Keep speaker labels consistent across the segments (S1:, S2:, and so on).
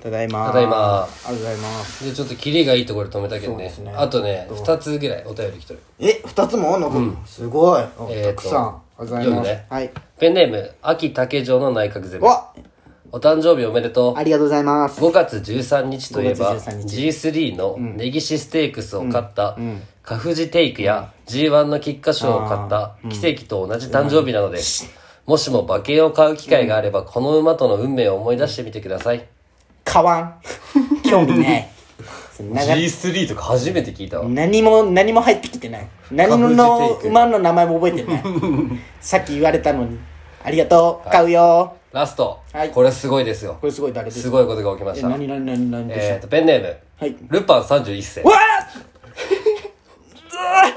S1: ただいま
S2: ただいま
S1: ありがとうございます
S2: でちょっとキリがいいところで止めたけどね
S1: そうですね
S2: あとね
S1: どう
S2: 2つぐらいお便り来とる
S1: え二つも残る、すごい、お
S2: えーと
S1: たくさんありがとうございます、
S2: 読むね
S1: はい
S2: ペンネーム秋竹城の内閣攻め
S1: わ
S2: お誕生日おめでとう
S1: ありがとうございます
S2: 5月13日といえば
S1: 5月13日
S2: G3 のネギシステークスを買ったカフジテイクや G1 の菊花賞を買った奇跡と同じ誕生日なのでもしも馬券を買う機会があればこの馬との運命を思い出してみてください
S1: 買わん興味 ないなが
S2: G3 とか初めて聞いたわ
S1: 何も何も入ってきてない何
S2: 確
S1: の
S2: 実テイク
S1: 馬の名前も覚えて ないさっき言われたのにありがとう買うよ
S2: ラスト
S1: はい
S2: これすごいですよ
S1: これすごい誰です
S2: す
S1: か
S2: ごいことが起きまし
S1: え
S2: た
S1: 何何何何でしょ
S2: え
S1: う
S2: ーとペンネーム
S1: はい
S2: ルパン31世
S1: わあル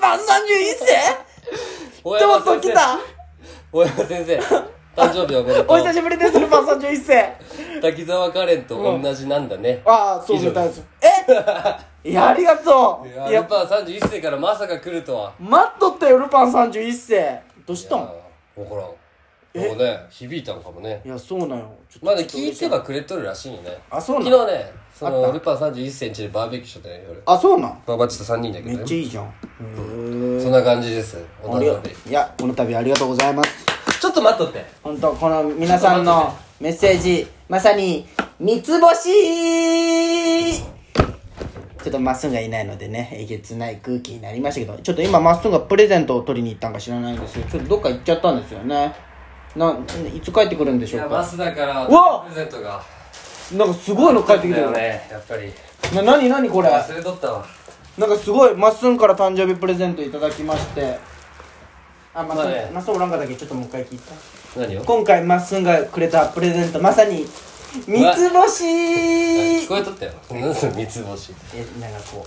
S1: パン31世
S2: 大
S1: と
S2: 山
S1: もと来
S2: 先生
S1: た
S2: 大山先生誕生日おめでと
S1: お久
S2: う
S1: しぶりですルパン31世
S2: 滝沢カレンと同じなんだね
S1: ああそうみたいですえ いやありがとう
S2: い
S1: い
S2: や
S1: や
S2: ルパン31世からまさか来るとは
S1: 待っとったよルパン31世どうしたん
S2: 分からんもうね響いたのかもね
S1: いやそうなんよちょっと
S2: まだ聞いてはくれとるらしいよね
S1: あそう
S2: 昨
S1: なん
S2: 日ねそ
S1: あっ
S2: の
S1: た
S2: ルパン31世んちでバーベキューしとったよ夜
S1: あそうなん
S2: ババチと3人だけ
S1: め
S2: ど
S1: っちゃ
S2: ね
S1: いいじゃんへえ
S2: そんな感じですお
S1: ありが
S2: 誕
S1: と
S2: 生
S1: う
S2: 日
S1: いやこの度ありがとうございます
S2: ちょっと待っとって
S1: 本当この皆さんのメッセージまさに三つ星ちょっとまっすぐがいないのでねえげつない空気になりましたけどちょっと今まっすぐがプレゼントを取りに行ったんか知らないんですけどちょっとどっか行っちゃったんですよねないつ帰ってくるんでし
S2: い
S1: ょ
S2: や
S1: うか
S2: マスだから
S1: うわ
S2: プレゼントが
S1: なんかすごいの帰ってきて
S2: だよ
S1: るね
S2: ねやっぱり
S1: な何何これ
S2: 忘れとったわ
S1: なんかすごいまっすんから誕生日プレゼントいただきましてあまっす
S2: まあね
S1: んまっすんおらんかだけちょっともう一回聞いた
S2: 何よ
S1: 今回まっすんがくれたプレゼントまさに三つ星
S2: 聞
S1: え
S2: こえとったよ何それ 三つ星
S1: なんかこ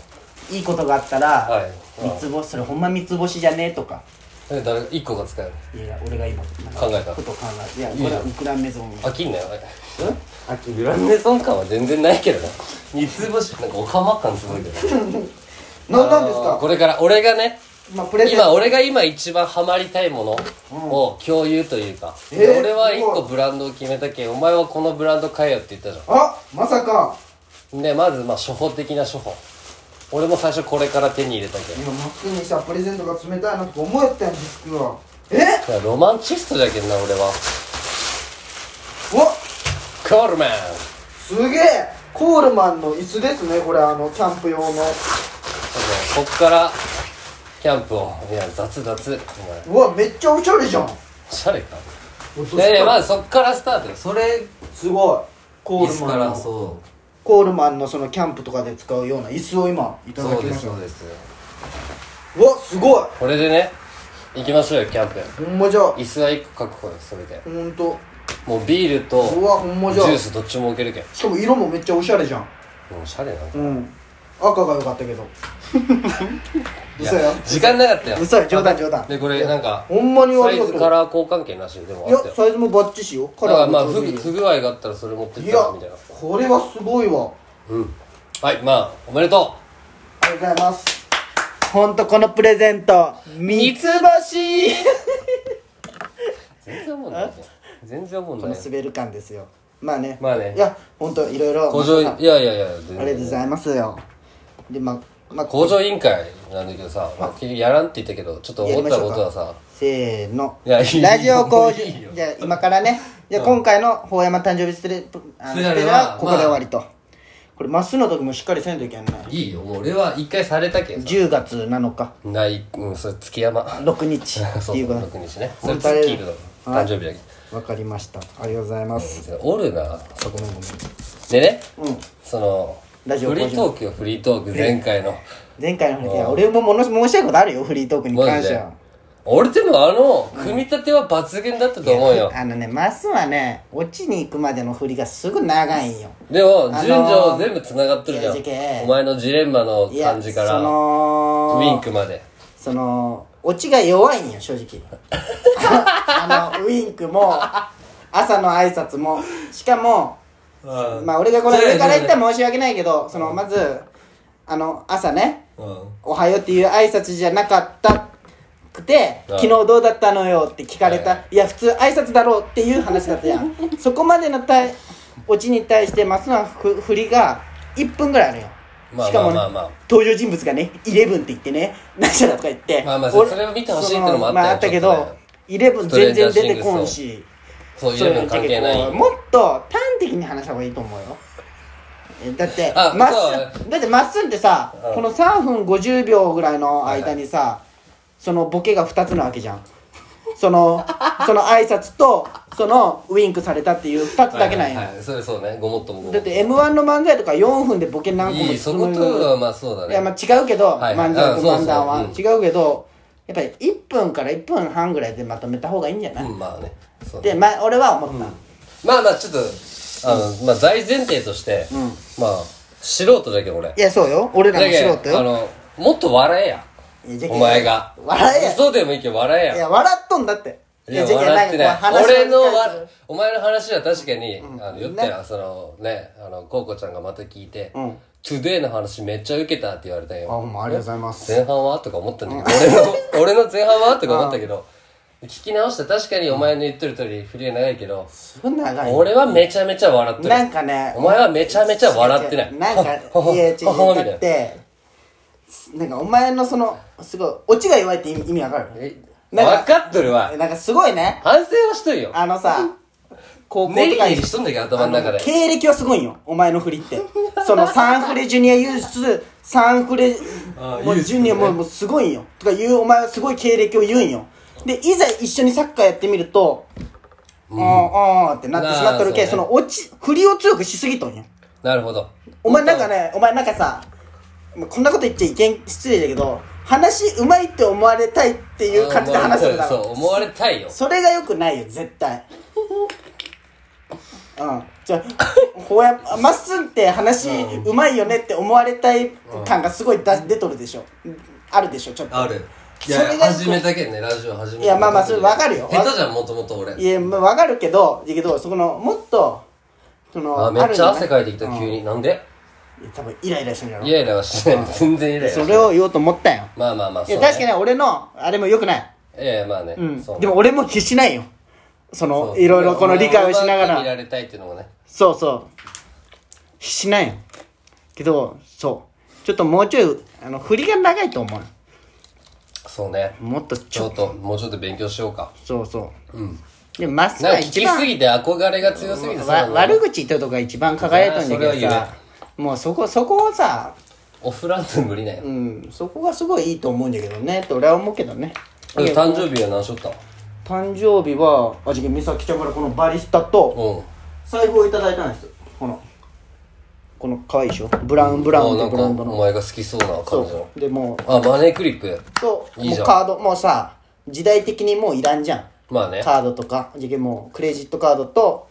S1: ういいことがあったら、
S2: はい
S1: 三つ星それほんま三つ星じゃねえとか
S2: え誰1個が使える
S1: いや俺が今なんか
S2: 考えた
S1: こと考えていや
S2: いい
S1: これ
S2: じゃ
S1: は
S2: ん
S1: ウクランメゾン
S2: 飽きんなよあれ
S1: あき
S2: グラ ンデソン感は全然ないけどな三つ星なんかおかま感すごい けど
S1: 何なんです
S2: あの
S1: か
S2: これから俺がね
S1: まあプレゼン
S2: 今
S1: ト
S2: 俺が今一番ハマりたいものを共有というか、
S1: えー
S2: 俺は一
S1: す
S2: 個
S1: ご
S2: ブランドを決めたけんお前はこのブランド買えよって言ったじ
S1: あまさか
S2: ゃんでまずまあ初歩的な初歩俺も最初これから手に入れたけん
S1: 今マックにさプレゼントが冷たいなと思ったんですけどえ
S2: いやロマンチストじゃけんな俺は
S1: お
S2: コールマン
S1: すげえコールマンの椅子ですねこれあのキャンプ用の
S2: そうそうこっからキャンプをいや雑雑お前
S1: うわめっちゃおしゃれじゃん
S2: シャレかねえまずそっからスタートよそれ
S1: すごいコ
S2: 椅
S1: ール
S2: 子
S1: マ
S2: か
S1: ン
S2: ら
S1: の
S2: そう
S1: コールマンのそのキャンプとかで使うような椅子を今いただ
S2: そう
S1: き
S2: で
S1: ますした
S2: そうです
S1: うわすごい
S2: これでね行きましょうよキャンプ
S1: ほんまじゃほ
S2: 椅子は1個確保よそれで
S1: んと
S2: もうビールと
S1: うわほんま
S2: ジ
S1: じゃ
S2: ュースどっちも置けるけん
S1: しかも色もめっちゃおしゃれじゃん
S2: もうシャレな
S1: うん赤が良かった けど嘘よ
S2: 時間なかったよ
S1: 嘘よ冗談冗談
S2: でこれなんか
S1: ほんまに
S2: サ
S1: 悪
S2: イ
S1: いこ
S2: ズ
S1: と
S2: カラー交換券らしいよでも
S1: い
S2: あ
S1: や
S2: ったよ
S1: サイズもバッチシよカ
S2: だから
S1: ラー
S2: ま
S1: も
S2: あ
S1: ちょ
S2: 不
S1: うどいい
S2: 不具合があったらそれ持ってっ
S1: い
S2: た
S1: や
S2: らみたいな
S1: これはすごいわ
S2: うんはいまあおめでと
S1: ありがとうございます。ほんとこのプレゼント、三つ星
S2: う全然思うんないね全然思うん
S1: こ
S2: ない
S1: の
S2: ね
S1: 滑る感ですよ。まあね。
S2: まあね
S1: いや、ほんといろいろ。
S2: 工場い
S1: あ
S2: やいやいや全然
S1: りがとうございますよ。で、まあ、まあ、
S2: 工場委員会なんだけどさ、まあ、結局やらんって言ったけどちょっと思ったことはさ
S1: せーの。
S2: いやいいよ
S1: ラジオ工場、
S2: いいよ
S1: じゃあ今からね、じゃあ今回の法山誕生日スレあの
S2: スペシャル
S1: スペシャ
S2: は
S1: ルはここで終わりと。これ、まっすーの時もしっかりせんといけんね。
S2: いいよもう俺は一回されたけんさ
S1: 10月7日、
S2: ないうんそれ月山
S1: 6日って
S2: そう
S1: いうこ
S2: 6日ねそれ
S1: 本当あれ
S2: 月いるの誕生日だけ
S1: と。わかりました。ありがとうございます。
S2: おるな
S1: そこのごめん
S2: でね
S1: うん。
S2: その
S1: ラジオ
S2: フリートークよフリートーク前回の
S1: 前回の話いや俺ももの申し上げことあるよフリートークに
S2: マ
S1: 関し
S2: ジ
S1: て
S2: で
S1: は
S2: 俺でもあの組み立ては抜群だったと思うよ
S1: あのねマスはね落ちに行くまでの振りがすぐ長いんよ
S2: でも
S1: あのー
S2: 順序全部つながっとるじゃん
S1: いやいや
S2: お前のジレンマの
S1: いや
S2: 感じから
S1: そ
S2: ウィン
S1: の
S2: クまで
S1: その落ちが弱いんよ正直あのウィンクも朝の挨拶もしかも
S2: うん
S1: まあ俺がこれ
S2: いやいや
S1: 上から言ったら申し訳ないけどそのまずあの朝ね
S2: うん
S1: 「おはよう」っていう挨拶じゃなかったくて「
S2: うん
S1: 昨日どうだったのよ」って聞かれた、
S2: はい
S1: いや普通挨拶だろうっていう話だったやんそこまでの対オチに対してマスのふ振りが1分ぐらいあるよ
S2: まあ
S1: しかもね
S2: まあまあまあ
S1: 登場人物がね「イレブン」って言ってね「何しゃら」とか言って
S2: まあまあ
S1: 俺
S2: それを見てほしいってのもあったよ
S1: まあ、あったけ
S2: ちょっと
S1: ど
S2: ね
S1: 「イレブン」全然出てこんし
S2: そういうの
S1: そ
S2: 関
S1: ういう
S2: 係
S1: の
S2: ない
S1: 結構もっと端的に話した方がいいと思うよえだって
S2: あ
S1: まっ
S2: そう
S1: すんだってまっすんってさ
S2: うん
S1: この3分50秒ぐらいの間にさ、そのボケが2つなわけじゃんその その挨拶とそのウインクされたっていう2つだけなんや、
S2: はいはいはいそれそうねごもっともごもっ
S1: だっ
S2: とも
S1: て m 1の漫才とか4分でボケ何個も
S2: いいそことはまあそうだね
S1: いやまあ違うけど、
S2: はいはい
S1: 漫才と
S2: うんそうそう
S1: 漫談は、
S2: うん
S1: 違うけどやっぱり1分から1分半ぐらいでまとめた方がいいんじゃない、
S2: うんまあねそうね
S1: で、まあ、俺は思った、
S2: まあまあちょっとあの、まあ、大前提として、まあ素人だけど俺
S1: いやそうよ俺ら
S2: だ
S1: も
S2: け
S1: 素人
S2: どあ
S1: よ
S2: のもっと笑えや
S1: いやじゃけ
S2: お前が
S1: 笑えや
S2: 嘘でもいいけど笑えや
S1: いや笑っとんだって
S2: いや
S1: じゃけ
S2: 笑って
S1: んか
S2: な
S1: こ
S2: いう
S1: 話
S2: 俺の
S1: に対
S2: わ
S1: する
S2: お前の話は確かに、あの言ったよ、
S1: ね
S2: そのねあのコウコちゃんがまた聞いて「
S1: ん
S2: トゥデイの話めっちゃウケた」って言われたよ
S1: あほんまありがとうございます
S2: 前半はとか思ったんだけど、俺の 俺の前半はとか思ったけど聞き直した確かにお前の言ってる通り振りは長いけど、
S1: すごい長いよ
S2: 俺はめちゃめちゃ笑ってる
S1: なんかね
S2: お前はめちゃめちゃ笑ってない
S1: なん かいや違うだってなんかお前のそのすごいオチが弱いって意味意味わかる
S2: え
S1: なん
S2: 分かっとるわ
S1: なんかすごいね
S2: 反省はしとるよ
S1: あのさ高校
S2: ネ
S1: と
S2: リ
S1: か
S2: ネ
S1: に
S2: リしとんだけど頭の中で
S1: 経歴はすごいんよお前の振りって そのサンフレジュニアユースサンフレ
S2: あ
S1: も
S2: ユ
S1: う
S2: ース
S1: ジュニアもうもうすごいんよとか言うお前はすごい経歴を言うんよでいざ一緒にサッカーやってみると、あーあーってなってしまっとるけ
S2: なあ
S1: そ
S2: そう
S1: の
S2: ね
S1: 落ち振りを強くしすぎとんよ
S2: なるほど
S1: お前なんかねお前なんかさまあこんなこと言っちゃいけん失礼だけど話うまいって思われたいっていう感じで話するだ
S2: そ
S1: ろ
S2: う思われたいよ
S1: それがよくないよ絶 対うんじゃあこうやまっすんって話うまいよねって思われたい感がすごいだ出とるでしょあるでしょちょっと
S2: あるいや
S1: それが
S2: 始めたけんねラジオ始めた
S1: いやまあまあそれわかるよ
S2: 下手じゃんもともと俺
S1: いやまあわかるけどだけどそこのもっとその
S2: あめっちゃ汗かいてきた
S1: うん
S2: 急になんで
S1: いや多分イライラしてるんやろ
S2: イライラはしない全然イライラしな
S1: そ
S2: い
S1: れを言おうと思ったんよ
S2: まあまあまあ
S1: い
S2: そう
S1: や
S2: ね
S1: 確かに俺のあれもよくない
S2: いやいやまあね
S1: うん
S2: そうね
S1: でも俺も必死ないよそ
S2: そ
S1: の
S2: う
S1: いろいろこの理解をしなが
S2: うま
S1: ら
S2: く見られたいっていうのもね
S1: そうそう。しないよ。けど、そう。ちょっともうちょい、あの、振りが長いと思う。
S2: そうね
S1: もっとち
S2: ちょ
S1: ょ、
S2: っともうちょっと勉強しようか
S1: そうそう。
S2: うん
S1: で、マス
S2: なん
S1: が
S2: か聞
S1: 一
S2: きす
S1: 番、
S2: ぎて憧れが強すぎて
S1: わ
S2: さ
S1: 悪口言ったとか一番輝いたんだ
S2: そ
S1: け
S2: れ
S1: ど
S2: は
S1: さ、もうそこ、そこをさ、
S2: オフランス無理なんよ
S1: うん、そこがすごいいいと思うんだけどね、と俺は思うけどね。
S2: うん誕生日は何しょった
S1: 誕生日は、あじけ、美咲ちゃんからこのバリスタと、
S2: うん
S1: 財布をいただいたんですよ。この、この可愛いでしょブラウンブラウン
S2: あ
S1: って
S2: なん
S1: ブ
S2: か
S1: ランド
S2: お
S1: の。
S2: 前が好きそうな感じの
S1: そう。で、もう、
S2: あマネークリップ
S1: そう
S2: いいじゃん
S1: もうカードもうさ時代的にもういらんじゃん、
S2: まあね
S1: カードとかじゃあもうクレジットカードと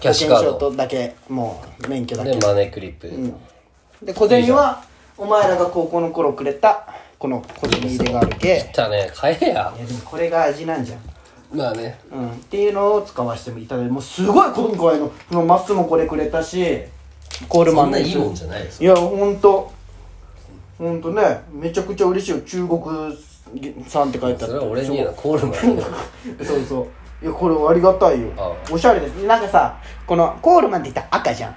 S2: キャッシュカー
S1: 保
S2: ド
S1: 険証とだけもう免許だ
S2: で
S1: け
S2: マネークリップ
S1: で小銭はお前らが高校の頃くれたこの小銭入れがあるけ
S2: じゃあね買えや
S1: いやでもこれが味なんじゃん
S2: まあね
S1: うん、っていうのを使わせていただいてもうすごい今回のこのマッスもこれくれたしコール
S2: そ
S1: マ
S2: ん
S1: ン
S2: な
S1: の
S2: いいもんじゃないよ
S1: いやほんとほんとねめちゃくちゃ嬉しいよ中国産って書いてあ
S2: そ
S1: っ
S2: れ
S1: た
S2: は俺にはコールマンだよ
S1: そうそういやこれありがたいよ
S2: あ
S1: おしゃれですなんかさこのコールマンって言ったら赤じゃん、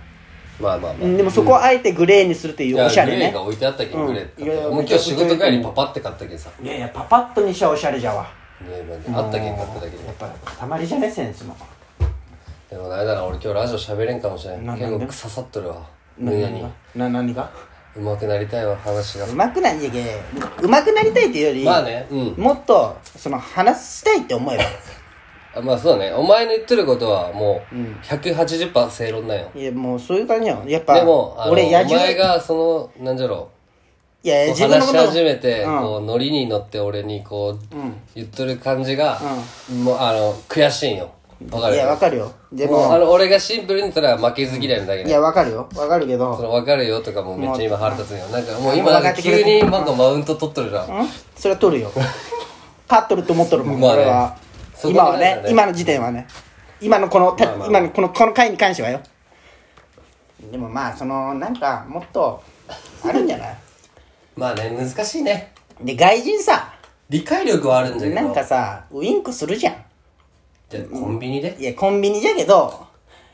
S2: まあまあま
S1: う
S2: あ
S1: ん、でもそこはあえてグレーにするってい
S2: いうや
S1: おしゃ
S2: グ
S1: れ
S2: レー
S1: ね
S2: が置いてあったけんグレーって
S1: うんいや
S2: もう今日仕事帰りパパって買ったけんさ
S1: いやいやパパッとにしちゃおしゃれじゃわ
S2: ねまああったけん買っただけで
S1: やっぱたまりじゃねセンスの
S2: でもあれだな俺今日ラジオ喋れんかもしれん
S1: な
S2: 結
S1: なん
S2: 構
S1: で
S2: 刺さっとるわ
S1: な
S2: 胸
S1: 何
S2: に
S1: がな何が
S2: うまくなりたいわ話が
S1: うまくなんじゃけうまくなりたいっていうより、
S2: まあねうん
S1: もっとその話したいって思え ば
S2: あまあそうだねお前の言ってることはもう180%正論だよ
S1: いやもうそういう感じやんやっぱ
S2: でもあのお
S1: 俺野獣
S2: 前がそのなんじゃろう
S1: いやいや
S2: こ
S1: 自
S2: う
S1: 分の
S2: 話
S1: こ
S2: し
S1: と
S2: 始めて、
S1: うん
S2: こうノリに乗って俺にこう、言っとる感じが、もうあの悔しいんよわかる
S1: いやわかるよで
S2: もう
S1: も
S2: あの俺がシンプルに言ったら負けず嫌いなだけ
S1: い
S2: ね
S1: やわかるよわかるけど
S2: その分かるよとかもめっちゃ今腹立つんよなんかもう
S1: も
S2: 今
S1: う
S2: なん
S1: 分か
S2: か
S1: ってくれ
S2: 急
S1: て
S2: になんかマウント取っとるじゃん、
S1: んそれは取るよ 勝っとると思っとるもん、
S2: まあね
S1: 俺は
S2: そこ
S1: 今
S2: がな
S1: は
S2: んだね
S1: ね今の時点はね今のこの、た
S2: まあまあ
S1: 今のこのこの回に関してはよでもまあそのなんかもっとあるんじゃない
S2: まあね難しいね
S1: で外人さ
S2: 理解力はあるんじゃけ
S1: な
S2: ど
S1: んかさウインクするじゃん
S2: じゃあコンビニで
S1: いやコンビニじゃけど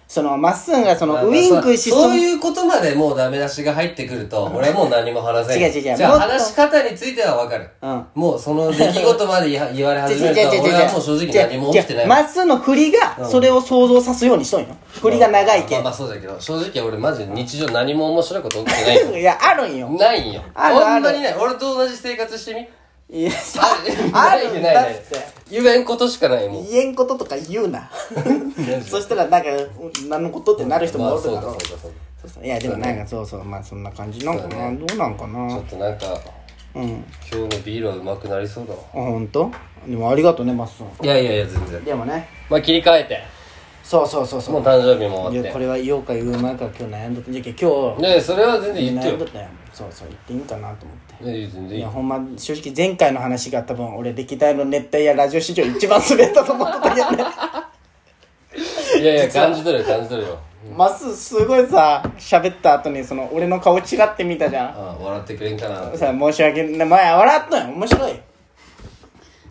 S1: その、まっすんがそ
S2: まあ
S1: の、ウインクし
S2: そう
S1: そう
S2: そういうことまでもうダメ出しが入ってく ると、俺はもう何も話せない。
S1: 違う違う違う
S2: じゃ
S1: もっ
S2: あ
S1: と
S2: 話し方についてはわかる。
S1: うん
S2: もうその出来事まで言い言われ
S1: 違う
S2: 始
S1: 違
S2: め
S1: う
S2: る
S1: 違う
S2: と、
S1: 違う
S2: 俺はもう正直何も起きてない。
S1: まっすんの振りが、それを想像さすようにしとんよ。振りが長いけ
S2: まあ
S1: ん
S2: まあそうだけど、正直俺マジで日常何も面白いこと起きてない。
S1: いや、あるんよ。
S2: ないんよ。
S1: あるある
S2: ほんまにない。俺と同じ生活してみ。
S1: いや、さ
S2: あ
S1: あ
S2: る
S1: る
S2: ん
S1: ん
S2: ない
S1: だ
S2: な
S1: っ
S2: い
S1: て。。
S2: 言えんことしかないもん。
S1: 言えんこととか言う な。そしたら、なんか、うん何のことってなる人
S2: ま
S1: も
S2: あ
S1: おる
S2: そう
S1: だ
S2: だそ
S1: ろ
S2: う
S1: う
S2: だそうだ。
S1: そうそう。いや、でもなんか、そうそう、まあそんな感じなんか
S2: そうだ
S1: な。どうなんかな。
S2: ちょっとなんか、
S1: うん。
S2: 今日のビールはうまくなりそうだわ。
S1: あ、ほんとでもありがとうね、まっすん。
S2: いやいやいや、全然。
S1: でもね、
S2: まあ切り替えて。
S1: そうそうそう
S2: も
S1: そう
S2: 誕生日も
S1: う。い
S2: 終わ
S1: や、
S2: っ
S1: こ
S2: て。
S1: れは言おうか言うまいか今日悩んどった。じゃけ今日、
S2: ねえそれは全然言って
S1: 悩
S2: よ
S1: んど。ったよ。そうそう、言っていいんかなと思って。
S2: ねえ全
S1: い
S2: 然いい
S1: や
S2: よ。
S1: ほんま正直前回の話が多分俺歴代の熱帯やラジオ史上一番滑ったと思ったけどね
S2: いやいや、感じ取るよ、感じ取るよ。
S1: まっすーすごいさ喋った後にその俺の顔チラって見たじゃん
S2: ああ、笑ってくれんかな。
S1: さ申し訳ない前笑っとんよ面白い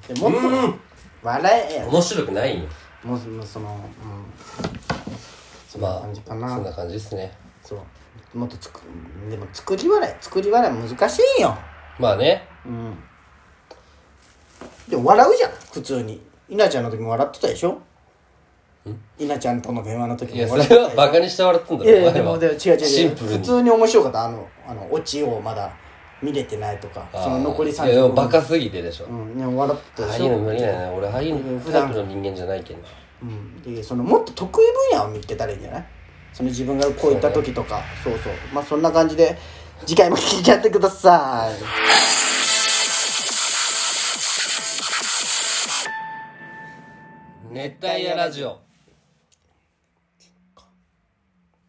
S1: でもっと笑えや
S2: 面白くないんよ。
S1: もうそのそのうん
S2: まあ、
S1: 感じ
S2: そ
S1: か
S2: ん
S1: な
S2: な感じですね。
S1: そうもっと作でも作り笑い作り笑い難しいんよ
S2: まあね。
S1: うんでも笑うじゃん普通に稲ちゃんの時も笑ってたでしょ稲ちゃんとの電話の時
S2: いや、
S1: も
S2: それ
S1: 笑ってた
S2: はバカにして笑ってんだ
S1: い
S2: ろ。
S1: やいや
S2: お前
S1: で
S2: は
S1: もでも違う違う
S2: シ
S1: 違う
S2: ンプル
S1: 普
S2: に。
S1: 通に面白かったあのあのオチをまだ見れてないとか
S2: ああ
S1: その残り3
S2: いや、でも
S1: 分
S2: バカすぎてでしょ。
S1: うんでも笑ってた
S2: あ
S1: で
S2: あ
S1: し
S2: いうの
S1: ょ、
S2: 無理だよね。俺、ああいうの普段の人間じゃないけどな。
S1: うん、でそのもっと得意分野を見つけたらいいんじゃないその自分がこういった時とかそう,、そうまあそんな感じで次回も聞いちゃってください
S2: 熱帯夜ラジオ。